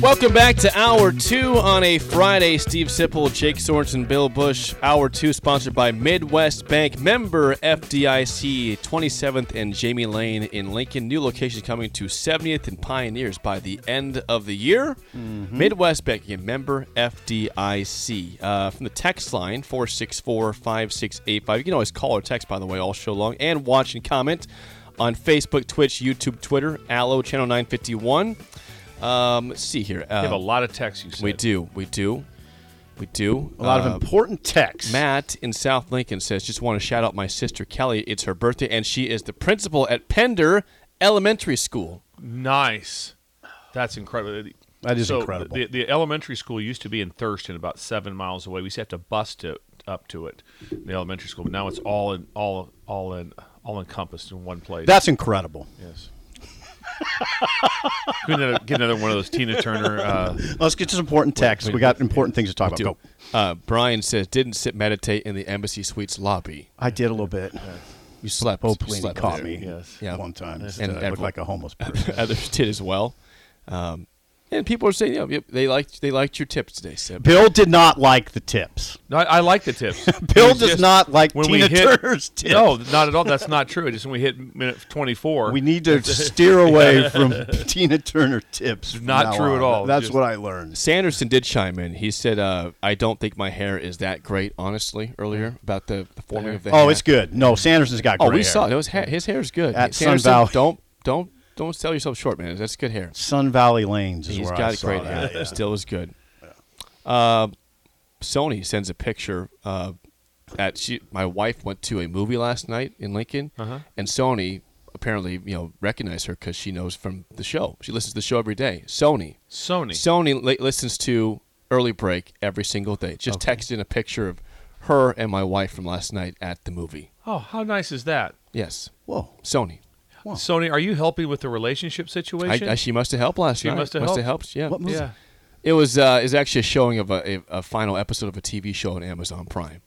Welcome back to Hour 2 on a Friday. Steve Sipple, Jake Sorensen, Bill Bush. Hour 2 sponsored by Midwest Bank, member FDIC, 27th and Jamie Lane in Lincoln. New location coming to 70th and Pioneers by the end of the year. Mm-hmm. Midwest Bank, again, member FDIC. Uh, from the text line, 464 5685. You can always call or text, by the way, all show long, and watch and comment on Facebook, Twitch, YouTube, Twitter, Allo, Channel 951. Um, let's see here. We have a Uh, lot of texts. You said. we do. We do. We do. a lot of Uh, important texts. Matt in South Lincoln says, just want to shout out my sister Kelly. It's her birthday, and she is the principal at Pender Elementary School. Nice. That's incredible. That is so incredible. The, the elementary school used to be in Thurston, about seven miles away. We used to have to bus to up to it, the elementary school. But now it's all in all all in all encompassed in one place. That's incredible. yes. Get another, get another one of those Tina Turner. Uh, Let's get to some important texts. We got important things to talk about. Go. Uh, Brian says, didn't sit meditate in the embassy suites lobby. I did a little bit. You slept. Bo you Pelini slept caught there." me yes. Yeah. one time. And And I looked everyone- like a homeless person. Others did as well. Um, and people are saying, you know, they liked they liked your tips today, Sip. Bill did not like the tips. no, I, I like the tips. It Bill was does just not like when Tina we hit, Turner's tips. No, not at all. That's not true. Just when we hit minute twenty-four, We need to steer away from Tina Turner tips. from Not now true on. at all. That's Just- what I learned. Sanderson did chime in. He said, uh, I don't think my hair is that great, honestly, earlier about the, the forming of the hair. Oh, it's good. No, Sanderson's got Oh, great we hair. saw it. It was ha- his hair's good. At Sun Sanderson, Valley. Don't don't don't sell yourself short, man. That's good hair. Sun Valley Lanes is He's where I got saw great hair. that, yeah. Still is good. Uh, Sony sends a picture uh, at she. My wife went to a movie last night in Lincoln, Uh-huh. and Sony apparently you know recognized her because she knows from the show. She listens to the show every day. Sony. Sony. Sony li- listens to early break every single day. Just texted in a picture of her and my wife from last night at the movie. oh, how nice is that? Yes, Whoa. Sony. Sony, are you helping with the relationship I, situation? I, she must have helped last She night. must have helped. Yeah. What movie? yeah. It was uh, is actually a showing of a, a, a final episode of a TV show on Amazon Prime.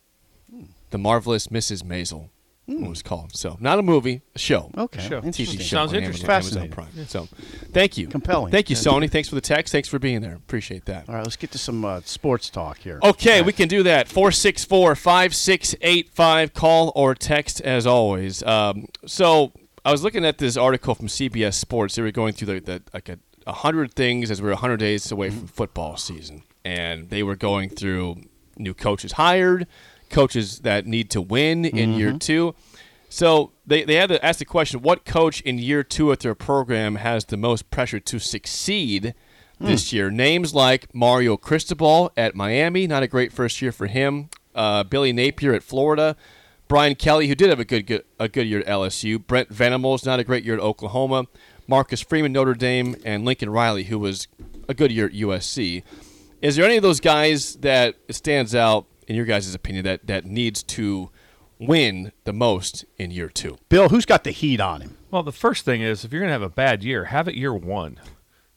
Hmm. The marvelous Mrs. Maisel it was called. So not a movie, a show. Okay. Sure. TV Hmm. Oh, Interesting. show Sounds on interesting. Amazon, Amazon Fascinating. Prime. So, thank you. Compelling. Thank you, Sony. Thanks for the text. Thanks for being there. Appreciate that. All right, let's get to some uh, sports talk here. Okay, we can do that. 464 5685. Call or text as always. Um, so I was looking at this article from CBS Sports. They were going through the, the like a 100 things as we were 100 days away from football season. And they were going through new coaches hired, coaches that need to win in year two. So they, they had to ask the question what coach in year two at their program has the most pressure to succeed this year? Names like Mario Cristobal at Miami, not a great first year for him. Uh, Billy Napier at Florida. Brian Kelly, who did have a good, good a good year at LSU. Brent Venables, not a great year at Oklahoma. Marcus Freeman, Notre Dame, and Lincoln Riley, who was a good year at USC. Is there any of those guys that stands out in your guys' opinion that that needs to win the most in year two? Bill, who's got the heat on him? Well, the first thing is if you're going to have a bad year, have it year one.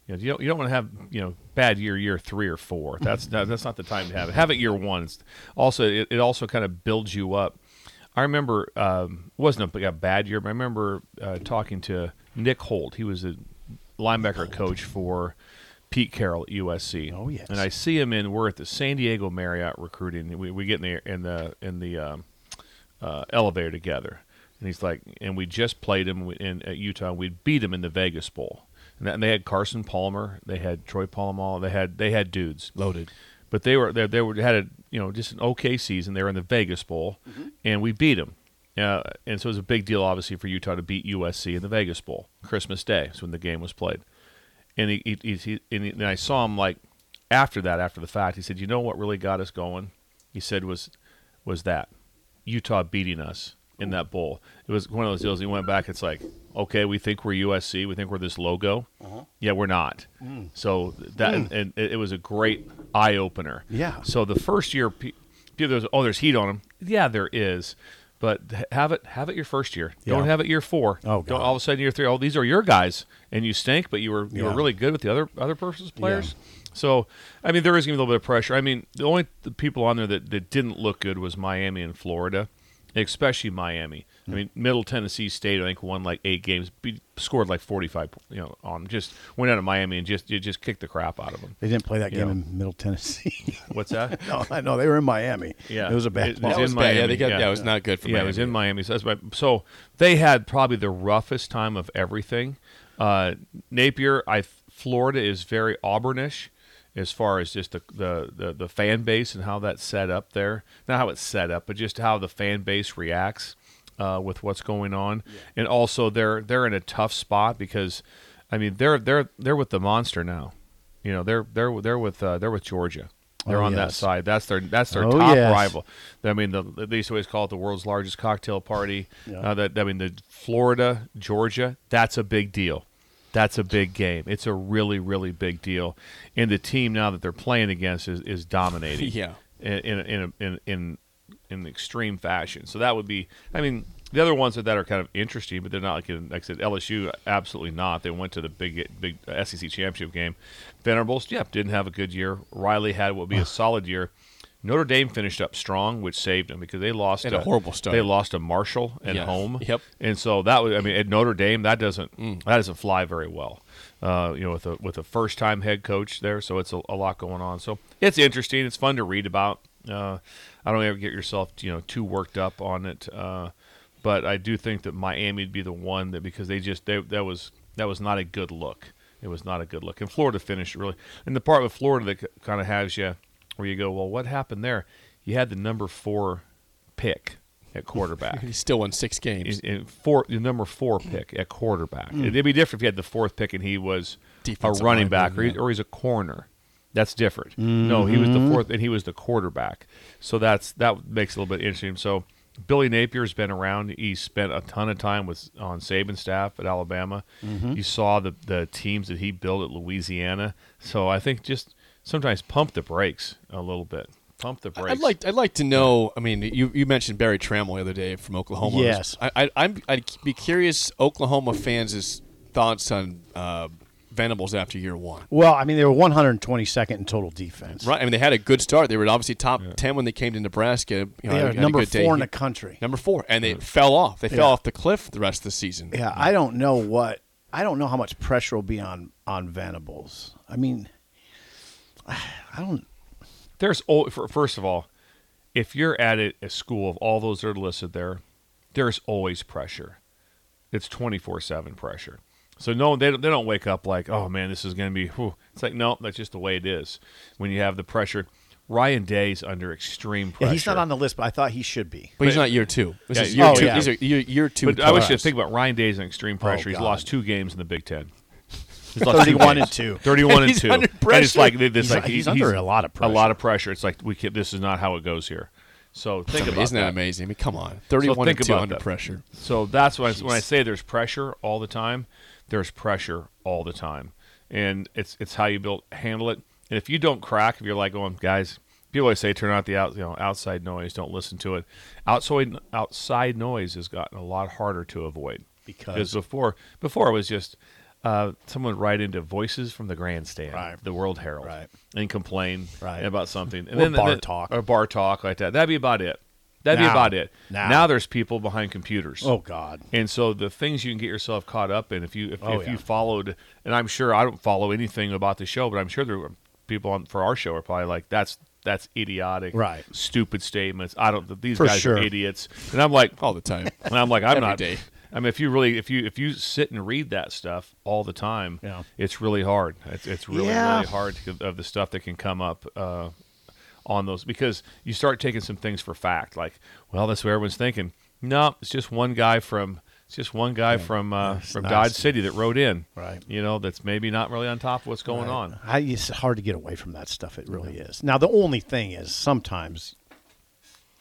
You, know, you don't, you don't want to have you know bad year year three or four. That's not, that's not the time to have it. Have it year one. It's- Also, it, it also kind of builds you up. I remember um, it wasn't a, a bad year, but I remember uh, talking to Nick Holt. He was a linebacker coach for Pete Carroll at USC. Oh, yes. and I see him in. We're at the San Diego Marriott recruiting. We, we get in the in the in the um, uh, elevator together, and he's like, and we just played him in at Utah. We beat him in the Vegas Bowl, and, that, and they had Carson Palmer, they had Troy Polamalu, they had they had dudes Loaded. but they were they, they were had a you know just an okay season. They were in the Vegas Bowl, and we beat them. Uh, and so it was a big deal, obviously, for Utah to beat USC in the Vegas Bowl Christmas Day. Is when the game was played, and he, he, he, he and, he- and I saw him like after that, after the fact, he said, "You know what really got us going?" He said was was that Utah beating us in that bowl. It was one of those deals. He went back. It's like, okay, we think we're USC. We think we're this logo. Uh-huh. Yeah, we're not. Mm. So that and it, it was a great eye opener. Yeah. So the first year, pe- people there's oh, there's heat on them. Yeah, there is. But h- have it have it your first year. Don't Yeah. have it year four. Oh, Don't God. all of a sudden year three. Oh, these are your guys, and you stink. But you were you were Yeah. really good with the other other person's players. So I mean, there is gonna be a little bit of pressure. I mean, the only th- people on there that, that didn't look good was Miami and Florida, especially Miami. I mean, Middle Tennessee State I think won like eight games, beat, scored like forty five. You know, on just went out of Miami and just you just kicked the crap out of them. They didn't play that game Yeah. in Middle Tennessee. What's that? no, I know they were in Miami. Yeah. it was a bad. It- it loss. That was in bad. Yeah, Miami, they got, yeah. yeah, it was not good for yeah, Miami. it was in Miami. So, that's my, so they had probably the roughest time of everything. Uh, Napier, I Florida is very Auburnish as far as just the, the, the, the fan base and how that's set up there. Not how it's set up, but just how the fan base reacts uh, with what's going on. And also they're they're in a tough spot because I mean they're they're they're with the monster now. You know, they're they're they're with uh, they're with Georgia. They're Oh, on that yes. side. That's their that's their Oh, top yes. rival. I mean, the, they used to always call it the world's largest cocktail party. Yeah. Uh, that I mean, the Florida, Georgia, that's a big deal. That's a big game. It's a really, really big deal. And the team now that they're playing against is, is dominating. Yeah. In in in in, in in extreme fashion. So that would be. I mean, the other ones that that are kind of interesting, but they're not like, in, like I said, LSU. Absolutely not. They went to the big big SEC championship game. Venerables, yeah, didn't have a good year. Riley had what would be a solid year. Notre Dame finished up strong, which saved them because they lost Had a horrible start. They lost to Marshall at Yeah. home. Yep. And so that was, I mean, at Notre Dame, that doesn't that doesn't fly very well. Uh, you know, with a with a first time head coach there, so it's a, a lot going on. So it's interesting. It's fun to read about. Uh, I don't ever get yourself you know too worked up on it, uh, but I do think that Miami would be the one that because they just they, that was that was not a good look. It was not a good look. And Florida finished really. And the part with Florida that kind of has you where you go, well, what happened there? You had the number four pick at quarterback He still won six games. in, in four, the number four pick at quarterback. It'd be different if you had the fourth pick and he was Defensive a lineman, running back or, he, yeah. or he's a corner. That's different. No, he was the fourth and he was the quarterback. So that's that makes it a little bit interesting. So Billy Napier's been around. He spent a ton of time with on Saban's staff at Alabama. You saw the the teams that he built at Louisiana. So I think just sometimes pump the brakes a little bit. Pump the brakes. I'd like I'd like to know. I mean, you, you mentioned Barry Trammell the other day from Oklahoma. Yes. I, I I'm, I'd be curious Oklahoma fans' thoughts on uh, Venables after year one. Well, I mean, they were 122nd in total defense. Right. I mean, they had a good start. They were obviously top ten when they came to Nebraska. You know, They had are a- had a number good day four in here. the country. Number four, and they fell off. They Yeah. fell off the cliff the rest of the season. Yeah, I don't know what I don't know how much pressure will be on on Venables. I mean, I don't. there's al- fir- first of all, if you're at a, a school of all those that are listed there, there's always pressure. It's twenty four seven pressure. So no, they don't, they don't wake up like, oh man, this is going to be. whew." It's like no, that's just the way it is when you have the pressure. Ryan Day's under extreme pressure. Yeah, he's not on the list, but I thought he should be. But he's not year two. This Yeah, is year year two. two. Oh, yeah. These are year, year two. But I was class. just thinking about Ryan Day's in extreme pressure. he's Oh, God. lost two games in the Big Ten. He's lost two 31 and games. 2. 31 and He's 2. under And it's pressure. like, it's He's- like he's he- under a lot of A pressure. lot of pressure. It's like we can, this is not how it goes here. So think about Isn't that that. amazing? I mean, come on, thirty-one think and two about under that. pressure. So that's why when I say there's pressure all the time, there's pressure all the time, and it's it's how you build handle it. And if you don't crack, if you're like, oh, guys, people always say turn out the out, you know, outside noise, don't listen to it. Outside outside noise has gotten a lot harder to avoid Because- before before it was just. Uh, someone would write into voices from the grandstand, Right. the World Herald, Right. and complain Right. about something, and Or bar talk. or bar talk like that. That'd be about it. That'd be Now. about it. Now. now there's people behind computers. Oh God, And so the things you can get yourself caught up in, if you if, Oh, if yeah. you followed, and I'm sure I don't follow anything about the show, but I'm sure there were people on for our show are probably like that's that's idiotic, Right. Stupid statements. I don't. These For guys sure. are idiots. And I'm like, all the time. and I'm like, I'm Every not. day. I mean, if you really, if you if you sit and read that stuff all the time, Yeah. it's really hard. It's, it's really Yeah. really hard to, of the stuff that can come up uh, on those because you start taking some things for fact, like, well, that's what everyone's thinking. No, it's just one guy from It's just one guy from uh, That's from nice. Dodge City that wrote in. Right. You know, that's maybe not really on top of what's going on. I, it's hard to get away from that stuff. It really is. Now, the only thing is sometimes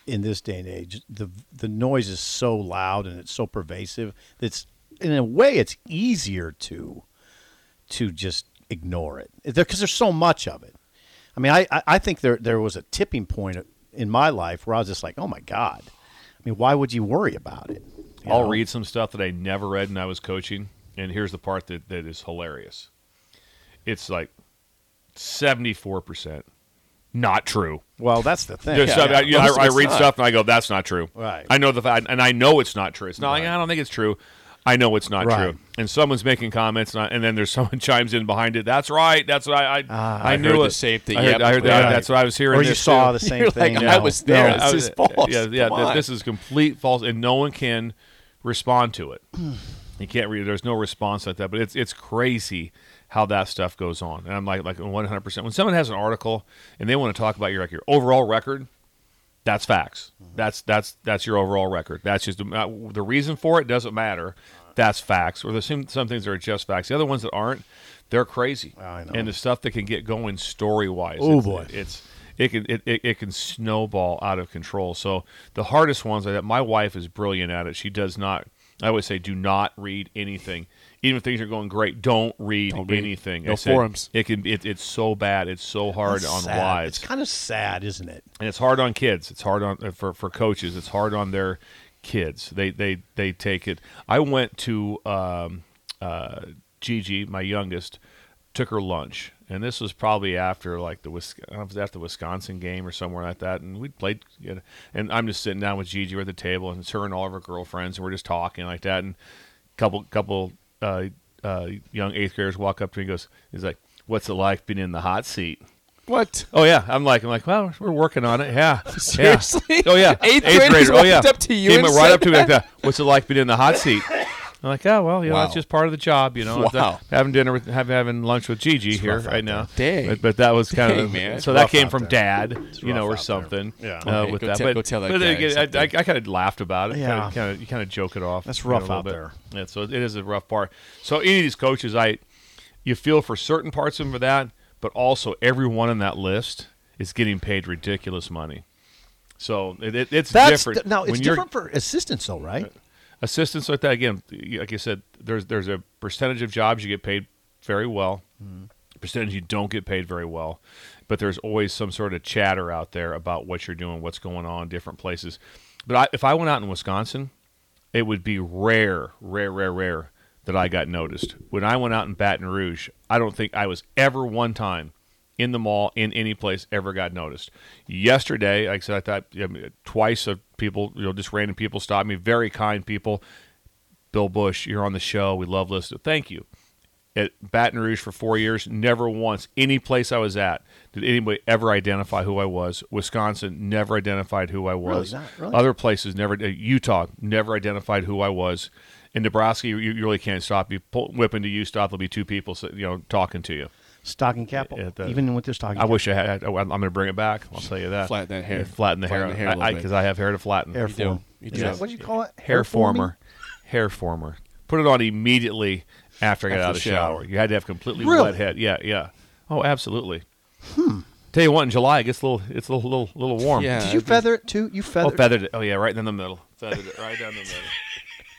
in this day and age, the the noise is so loud and it's so pervasive. That's in a way, it's easier to to just ignore it because there's so much of it. I mean, I, I I think there there was a tipping point in my life where I was just like, oh my god. I mean, why would you worry about it? You I'll know? read some stuff that I never read when I was coaching, and here's the part that, that is hilarious. It's like seventy four percent not true. Well, that's the thing. There's some- I, you know, I- Most of I it's read not. stuff and I go, "That's not true." Right. I know the fact, and I know it's not true. It's not like Right. I don't think it's true. I know it's not Right. true. And someone's making comments, and, I, and then there's someone chimes in behind it. That's right. That's what I. I, I, Ah, I knew heard it. the same thing. I heard, Yep. I heard that. Right. That's what I was hearing. or you this saw too. the same You're thing. like, you I know. was there. I This was- is false. Yeah, yeah. Come th- on. This is complete false, and no one can respond to it. you can't read. There's no response like that. But it's it's crazy how that stuff goes on. And I'm like like 100. percent When someone has an article and they want to talk about your like your overall record, that's facts. That's that's that's your overall record. That's just uh, the reason for it doesn't matter. That's facts. Or there's some some things that are just facts. The other ones that aren't, they're crazy. I know. And the stuff that can get going story wise. Oh, boy. it's it can it, it, it can snowball out of control. So the hardest ones are that my wife is brilliant at it. She does not. I always say, do not read anything. Even if things are going great, don't read read. anything. No I said, forums. It can. It, it's so bad. It's so hard That's on sad. wives It's kind of sad, isn't it? and it's hard on kids. It's hard on uh, for for coaches. It's hard on their kids. They they they take it. I went to um, uh, Gigi, my youngest, took her lunch, and this was probably after like the Wis- I don't know if it was after the Wisconsin game or somewhere like that. And we played, you know, and I'm just sitting down with Gigi we're at the table, and it's her and all of her girlfriends, and we're just talking like that. And couple couple uh, uh, young eighth graders walk up to me, and goes, he's like, "What's it like being in the hot seat?" What? Oh yeah, I'm like I'm like, well, we're working on it. Yeah, Yeah. Seriously? Oh yeah, Eighth graders grader. Oh yeah, walked up to you He and went right said up to me like that. What's it like being in the hot seat? I'm like, oh well, you know, Wow. that's just part of the job. You know, It's, uh, Wow. having dinner with having, having lunch with Gigi here rough out right now. there. Dang. but, but that was kind Dang, of man. so It's that rough came out from there. Dad, It's you know, rough or out there. something. Yeah. uh, Okay, with go that. tell- but go tell that but then guy again, I, I, something. I kind of laughed about it. Yeah. kind of you kind of joke it off. That's you know, rough a little out bit. there. Yeah, so it is a rough part. So any of these coaches, I you feel for certain parts of them for that, but also everyone on that list is getting paid ridiculous money. So it, it, it's That's different. di- now it's when you're- different for assistants, though, right? assistants like that again like you said there's there's a percentage of jobs you get paid very well Mm-hmm. percentage you don't get paid very well but there's always some sort of chatter out there about what you're doing what's going on different places but I, if i went out in wisconsin it would be rare rare rare rare that i got noticed when i went out in baton rouge i don't think i was ever one time in the mall in any place ever got noticed. Yesterday, like I said, I thought I mean, twice of people, you know, just random people stopped me, very kind people. Bill Bush, you're on the show. We love listening. Thank you. At Baton Rouge for four years, never once, any place I was at, did anybody ever identify who I was. Wisconsin never identified who I was. Really? Not really? Other places never. uh, Utah never identified who I was. In Nebraska, you, you really can't stop. You pull, whip into you, stop. There'll be two people, so- you know, talking to you. Stocking capital, Yeah, the- even with their stocking. I wish I had. I, am going to bring it back. I'll tell you that. Flatten that hair. Yeah, flatten the Flatten the hair a hair. little bit. Because I, have hair to flatten. hair You do. form. You Is do. that What do you call it? hair forming? former. Hair former. Put it on immediately after I got After out of the shower. shower. You had to have completely Really? wet head. Yeah, yeah. Oh, absolutely. Hmm. Tell you what, in July it gets a little. It's a little little, little warm. Yeah. Did you feather it too? You Oh, feathered. feathered it. Oh yeah, right in the middle. Feathered it right down the middle.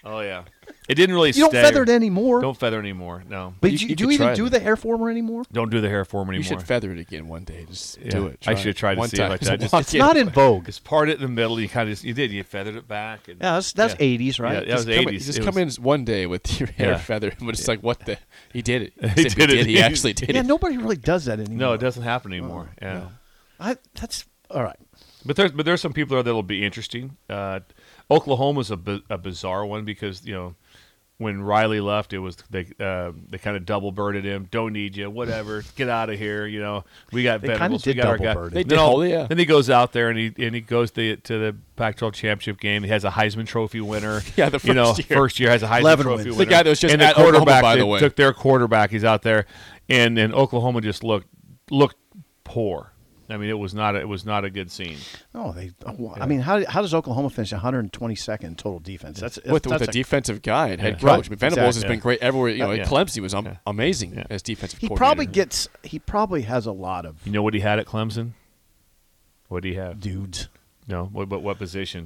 Oh yeah. It didn't really. You don't stay. feather it anymore. Don't feather anymore. No. but You- you, you do could you try even do it. the hair former anymore? Don't do the hair form anymore. You should feather it again one day. Just do Yeah. it. I should try to One see if time. I can. I just- Walk It's not in vogue. It's part it in the middle. You kind of you did. You feathered it back. And, Yeah, that's that's Yeah. eighties, right? Yeah, that was Come in- 80s. Just It come in one day with your hair Yeah. feather, and we're just like, what the? He did it. He Except he did it. did. He actually did Yeah, it. nobody really does that anymore. No, it doesn't happen anymore. yeah. I, that's all right. But there's but there's some people there that'll be interesting. Uh, Oklahoma's a, bi- a bizarre one because you know when Riley left, it was they uh, they kind of double birded him. Don't need you. Whatever. Get out of here. You know we got They Venables. kinda We did got our guy. double bird him. They did, Then all- oh, yeah. Then he goes out there and he and he goes to, to the Pac-12 championship game. He has a Heisman Trophy winner. Yeah, the you know, first year. first year has a Heisman Levin Trophy wins. winner. The guy that was just and at the Oklahoma, quarterback by the that way. took their quarterback. He's out there, and and Oklahoma just looked looked poor. I mean, it was not a, it was not a good scene. No, they. oh, I mean, how, how does Oklahoma finish 122nd in total defense? That's with, that's with a a- defensive guy and head Yeah. coach. Right, I mean, Venables has exactly. been great everywhere. You know, yeah. at Clemson, he was um, amazing Yeah. as defensive He coordinator. probably gets. He probably has a lot of You know what he had at Clemson? What did he have? dudes. No, what what, what position?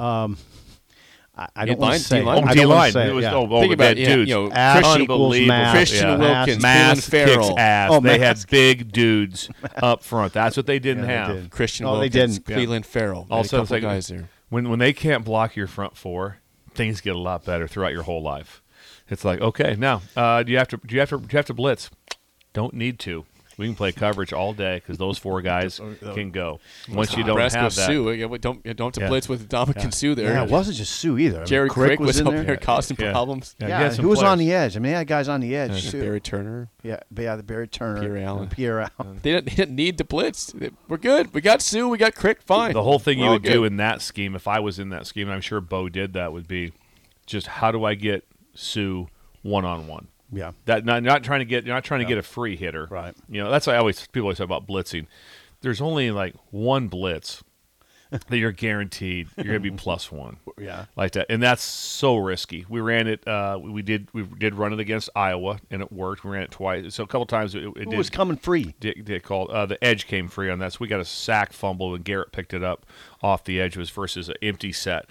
I, I Yeah, don't want line- to say. D-line. I D don't wanna line. Oh, say it was yeah. oh, oh, Think they had about it, yeah, dudes. you know, Ass Christian- equals mass. Christian Yeah. Wilkins, Mass Cleveland Farrell. kicks ass. Oh, they mass. had big dudes up front. That's what they didn't Yeah, they have. did. Christian No, they Wilkins, didn't. Yeah. Cleveland Farrell. Had Also, a it's couple like guys there. when when they can't block your front four, things get a lot better throughout your whole life. It's like okay, now uh, do you have to do you have to do you have to blitz? Don't need to. We can play coverage all day because those four guys can go. Once you don't Brasco have that, Sue. yeah, we Don't you don't have to Yeah. blitz with Dominican Sue there. Yeah, it wasn't just Sue either. I mean, Jerry Crick Crick was, in up there. there causing Yeah. problems. Yeah, he Yeah, had some who was players. on the edge? I mean, they had guys on the edge too. Uh, Barry Turner. yeah, but yeah, the Barry Turner, Pierre Allen. Uh, Pierre Allen. They didn't, they didn't need to blitz. They- We're good. We got Sue. We got Crick. Fine. The whole thing We're you all would do good. in that scheme, if I was in that scheme, and I'm sure Bo did that, would be just how do I get Sue one on one? Yeah. That not, not trying to get you're not trying to get a free hitter. Right. You know, that's why I always people always talk about blitzing. There's only like one blitz that you're guaranteed you're gonna be plus one. Yeah. Like that. And that's so risky. We ran it uh we, we did we did run it against Iowa and it worked. We ran it twice. So a couple times it, it Who did was coming free? Dick, Dick called. Uh, the edge came free on that, so we got a sack fumble, and Garrett picked it up off the edge. It was versus an empty set.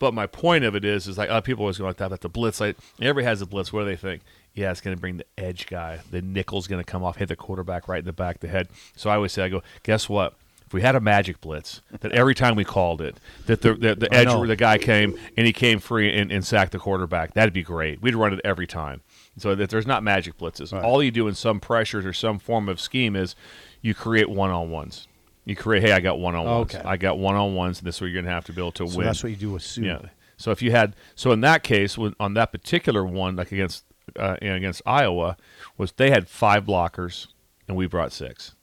But my point of it is, is like uh, people always go like that about the blitz. Like everybody has a blitz. What do they think? Yeah, it's going to bring the edge guy. The nickel's going to come off, hit the quarterback right in the back of the head. So I always say, I go, guess what? If we had a magic blitz, that every time we called it, that the the, the I edge know. where the guy came and he came free and, and sacked the quarterback, that'd be great. We'd run it every time. So that there's not magic blitzes. All you do in some pressures or some form of scheme is you create one on ones. You create, hey, I got one on ones. Okay. I got one on ones. This is where you're gonna have to be able to So win. that's what you do with Sue. Yeah. So if you had so in that case when, on that particular one like against uh, and against Iowa was they had five blockers and we brought six.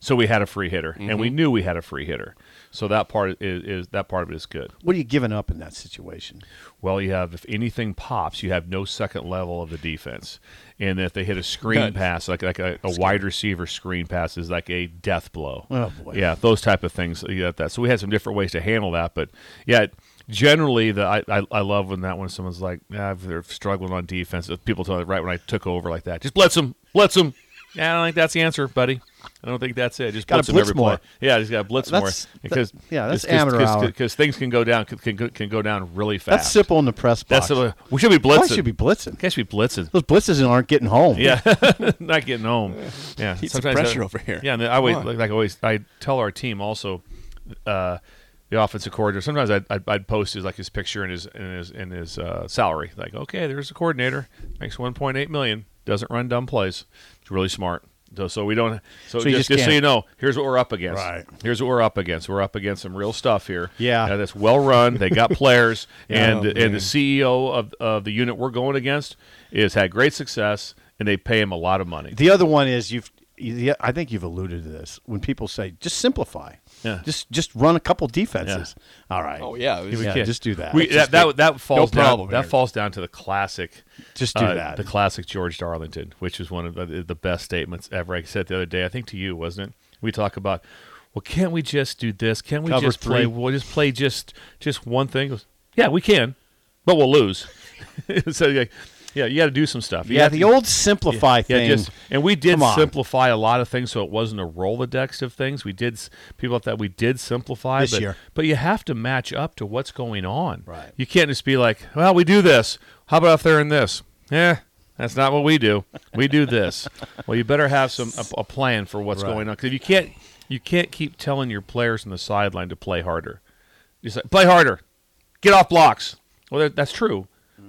So we had a free hitter and we knew we had a free hitter. So that part is, is that part of it is good. What are you giving up in that situation? Well, you have if anything pops, you have no second level of the defense, and if they hit a screen Good. pass, like like a, a wide receiver screen pass is like a death blow. Oh, boy. Yeah, those type of things. You got that. So we had some different ways to handle that, but yeah. Generally, the I, I, I love when that when someone's like ah, they're struggling on defense. People tell me right when I took over like that, just blitz them, blitz them. Yeah, I don't think that's the answer, buddy. I don't think that's it. Just Gotta blitz 'em blitz every more. play. Yeah, just got to blitz That's- more because that- yeah, that's because- amateur because- hour. because things can go down can, can, go- can go down really That's fast. simple in the press box. That's a, we should be blitzing. Why should be blitzing? Guess we blitzing. Those blitzes aren't getting home. Yeah, not getting home. Yeah, Keep some I- pressure over here. Yeah, and I always Come on. like, I always I tell our team also, uh, the offensive coordinator. Sometimes I'd, I'd, I'd post his like his picture and his and his and his uh, salary. Like, okay, there's a coordinator makes 1.8 million, doesn't run dumb plays. He's really smart. So, so we don't. So, So you just, just just so can't- you know, here's what we're up against. Right. Here's what we're up against. We're up against some real stuff here. Yeah. Uh, that's well run. They got players, and Oh, and man. the CEO of of the unit we're going against is had great success, and they pay him a lot of money. The other one is you've. you- I think you've alluded to this when people say just simplify. Yeah. Just just run a couple defenses. All right. Oh yeah. It was- Yeah, Yeah. just do that. We, that, that that falls problem down, that here. falls down to the classic. Just do uh, that. The classic George Darlington, which is one of the, the best statements ever. I said the other day, I think to you, wasn't it? We talk about, well, can't we just do this? Can't we Cover just play? three. We'll just play just just one thing. He goes, yeah, we can, but we'll lose. so like, yeah, you got to do some stuff. You yeah, have the to- old simplify yeah, thing. just and we did Come on. simplify a lot of things, so it wasn't a Rolodex of things. We did s- people thought we did simplify This but, year. but you have to match up to what's going on. Right. You can't just be like, well, we do this. How about if they're in this? Yeah, that's not what we do. We do this. well, you better have some a, a plan for what's Right. going on because you can't you can't keep telling your players on the sideline to play harder. Just like, play harder, get off blocks. Well, that, that's true,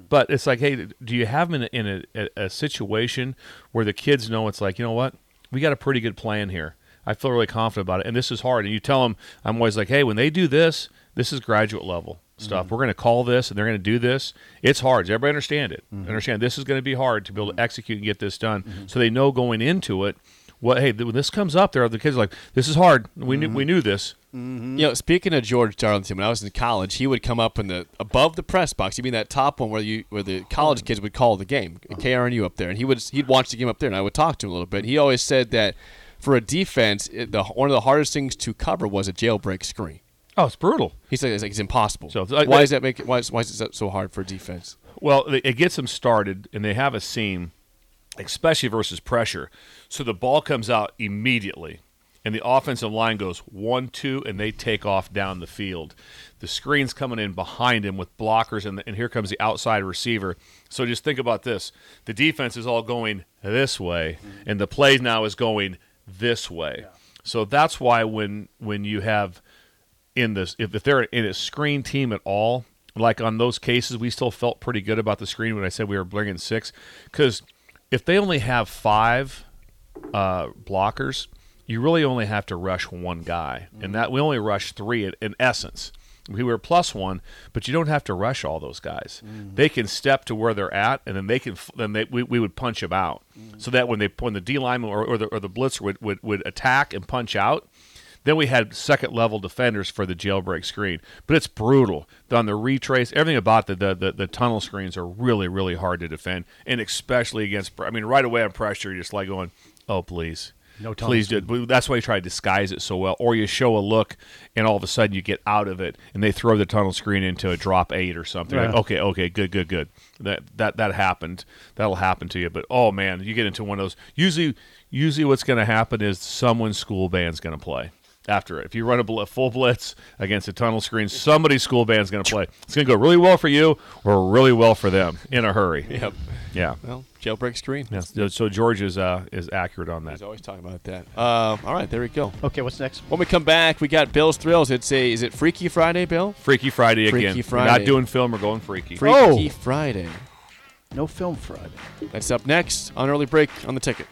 but it's like, hey, do you have them in, a, in a, a, a situation where the kids know it's like, you know what, we got a pretty good plan here. I feel really confident about it, and this is hard. And you tell them, I'm always like, hey, when they do this, this is graduate level stuff. We're going to call this, and they're going to do this. It's hard. Does everybody understand it? Understand this is going to be hard to be able to execute and get this done, so they know going into it. What hey, th- when this comes up, there the kids are like, this is hard. We knew we knew this. You know, speaking of George Darlington, when I was in college, he would come up in the above the press box. You mean that top one where you where the college kids would call the game, KRNU up there, and he would he'd watch the game up there, and I would talk to him a little bit. He always said that for a defense, it, the, one of the hardest things to cover was a jailbreak screen. Oh, it's brutal. He's like, it's, like, it's impossible. So, So, I- why I- is that make why is, why is that so hard for defense? Well, they- it gets them started, and they have a seam, especially versus pressure. So the ball comes out immediately, and the offensive line goes one, two, and they take off down the field. The screen's coming in behind him with blockers, and, and here comes the outside receiver. So just think about this the defense is all going this way, and the play now is going this way. So that's why when when you have in this if, if they're in a screen team at all like on those cases we still felt pretty good about the screen when i said we were bringing six because if they only have five uh, blockers you really only have to rush one guy and that we only rush three in, in essence we were plus one but you don't have to rush all those guys they can step to where they're at and then they can f- then they, we, we would punch them out so that when they when the d lineman or, or the, or the blitzer would, would, would attack and punch out then we had second level defenders for the jailbreak screen, but it's brutal. On the retrace, everything about the, the the the tunnel screens are really really hard to defend, and especially against. I mean, right away on pressure, you're just like going, "Oh please, No tunnel please do." it." That's why you try to disguise it so well, or you show a look, and all of a sudden you get out of it, and they throw the tunnel screen into a drop eight or something. Like, Yeah. okay, okay, good, good, good. That that that happened. That'll happen to you. But oh man, you get into one of those. Usually, usually what's going to happen is someone's school band's going to play after it. If you run a, bl- a full blitz against a tunnel screen, somebody's school band's going to play. It's going to go really well for you or really well for them in a hurry. Yep. Yeah. Well, jailbreak screen. Yeah. So, so George is uh, is accurate on that. He's always talking about that. Um, all right, there we go. Okay, what's next? When we come back, we got Bill's thrills. It's a is it Freaky Friday, Bill? Freaky Friday Freaky again. We're Friday. not doing film. We're going freaky. Freaky Oh. Friday. No film Friday. That's up next on early break on the ticket.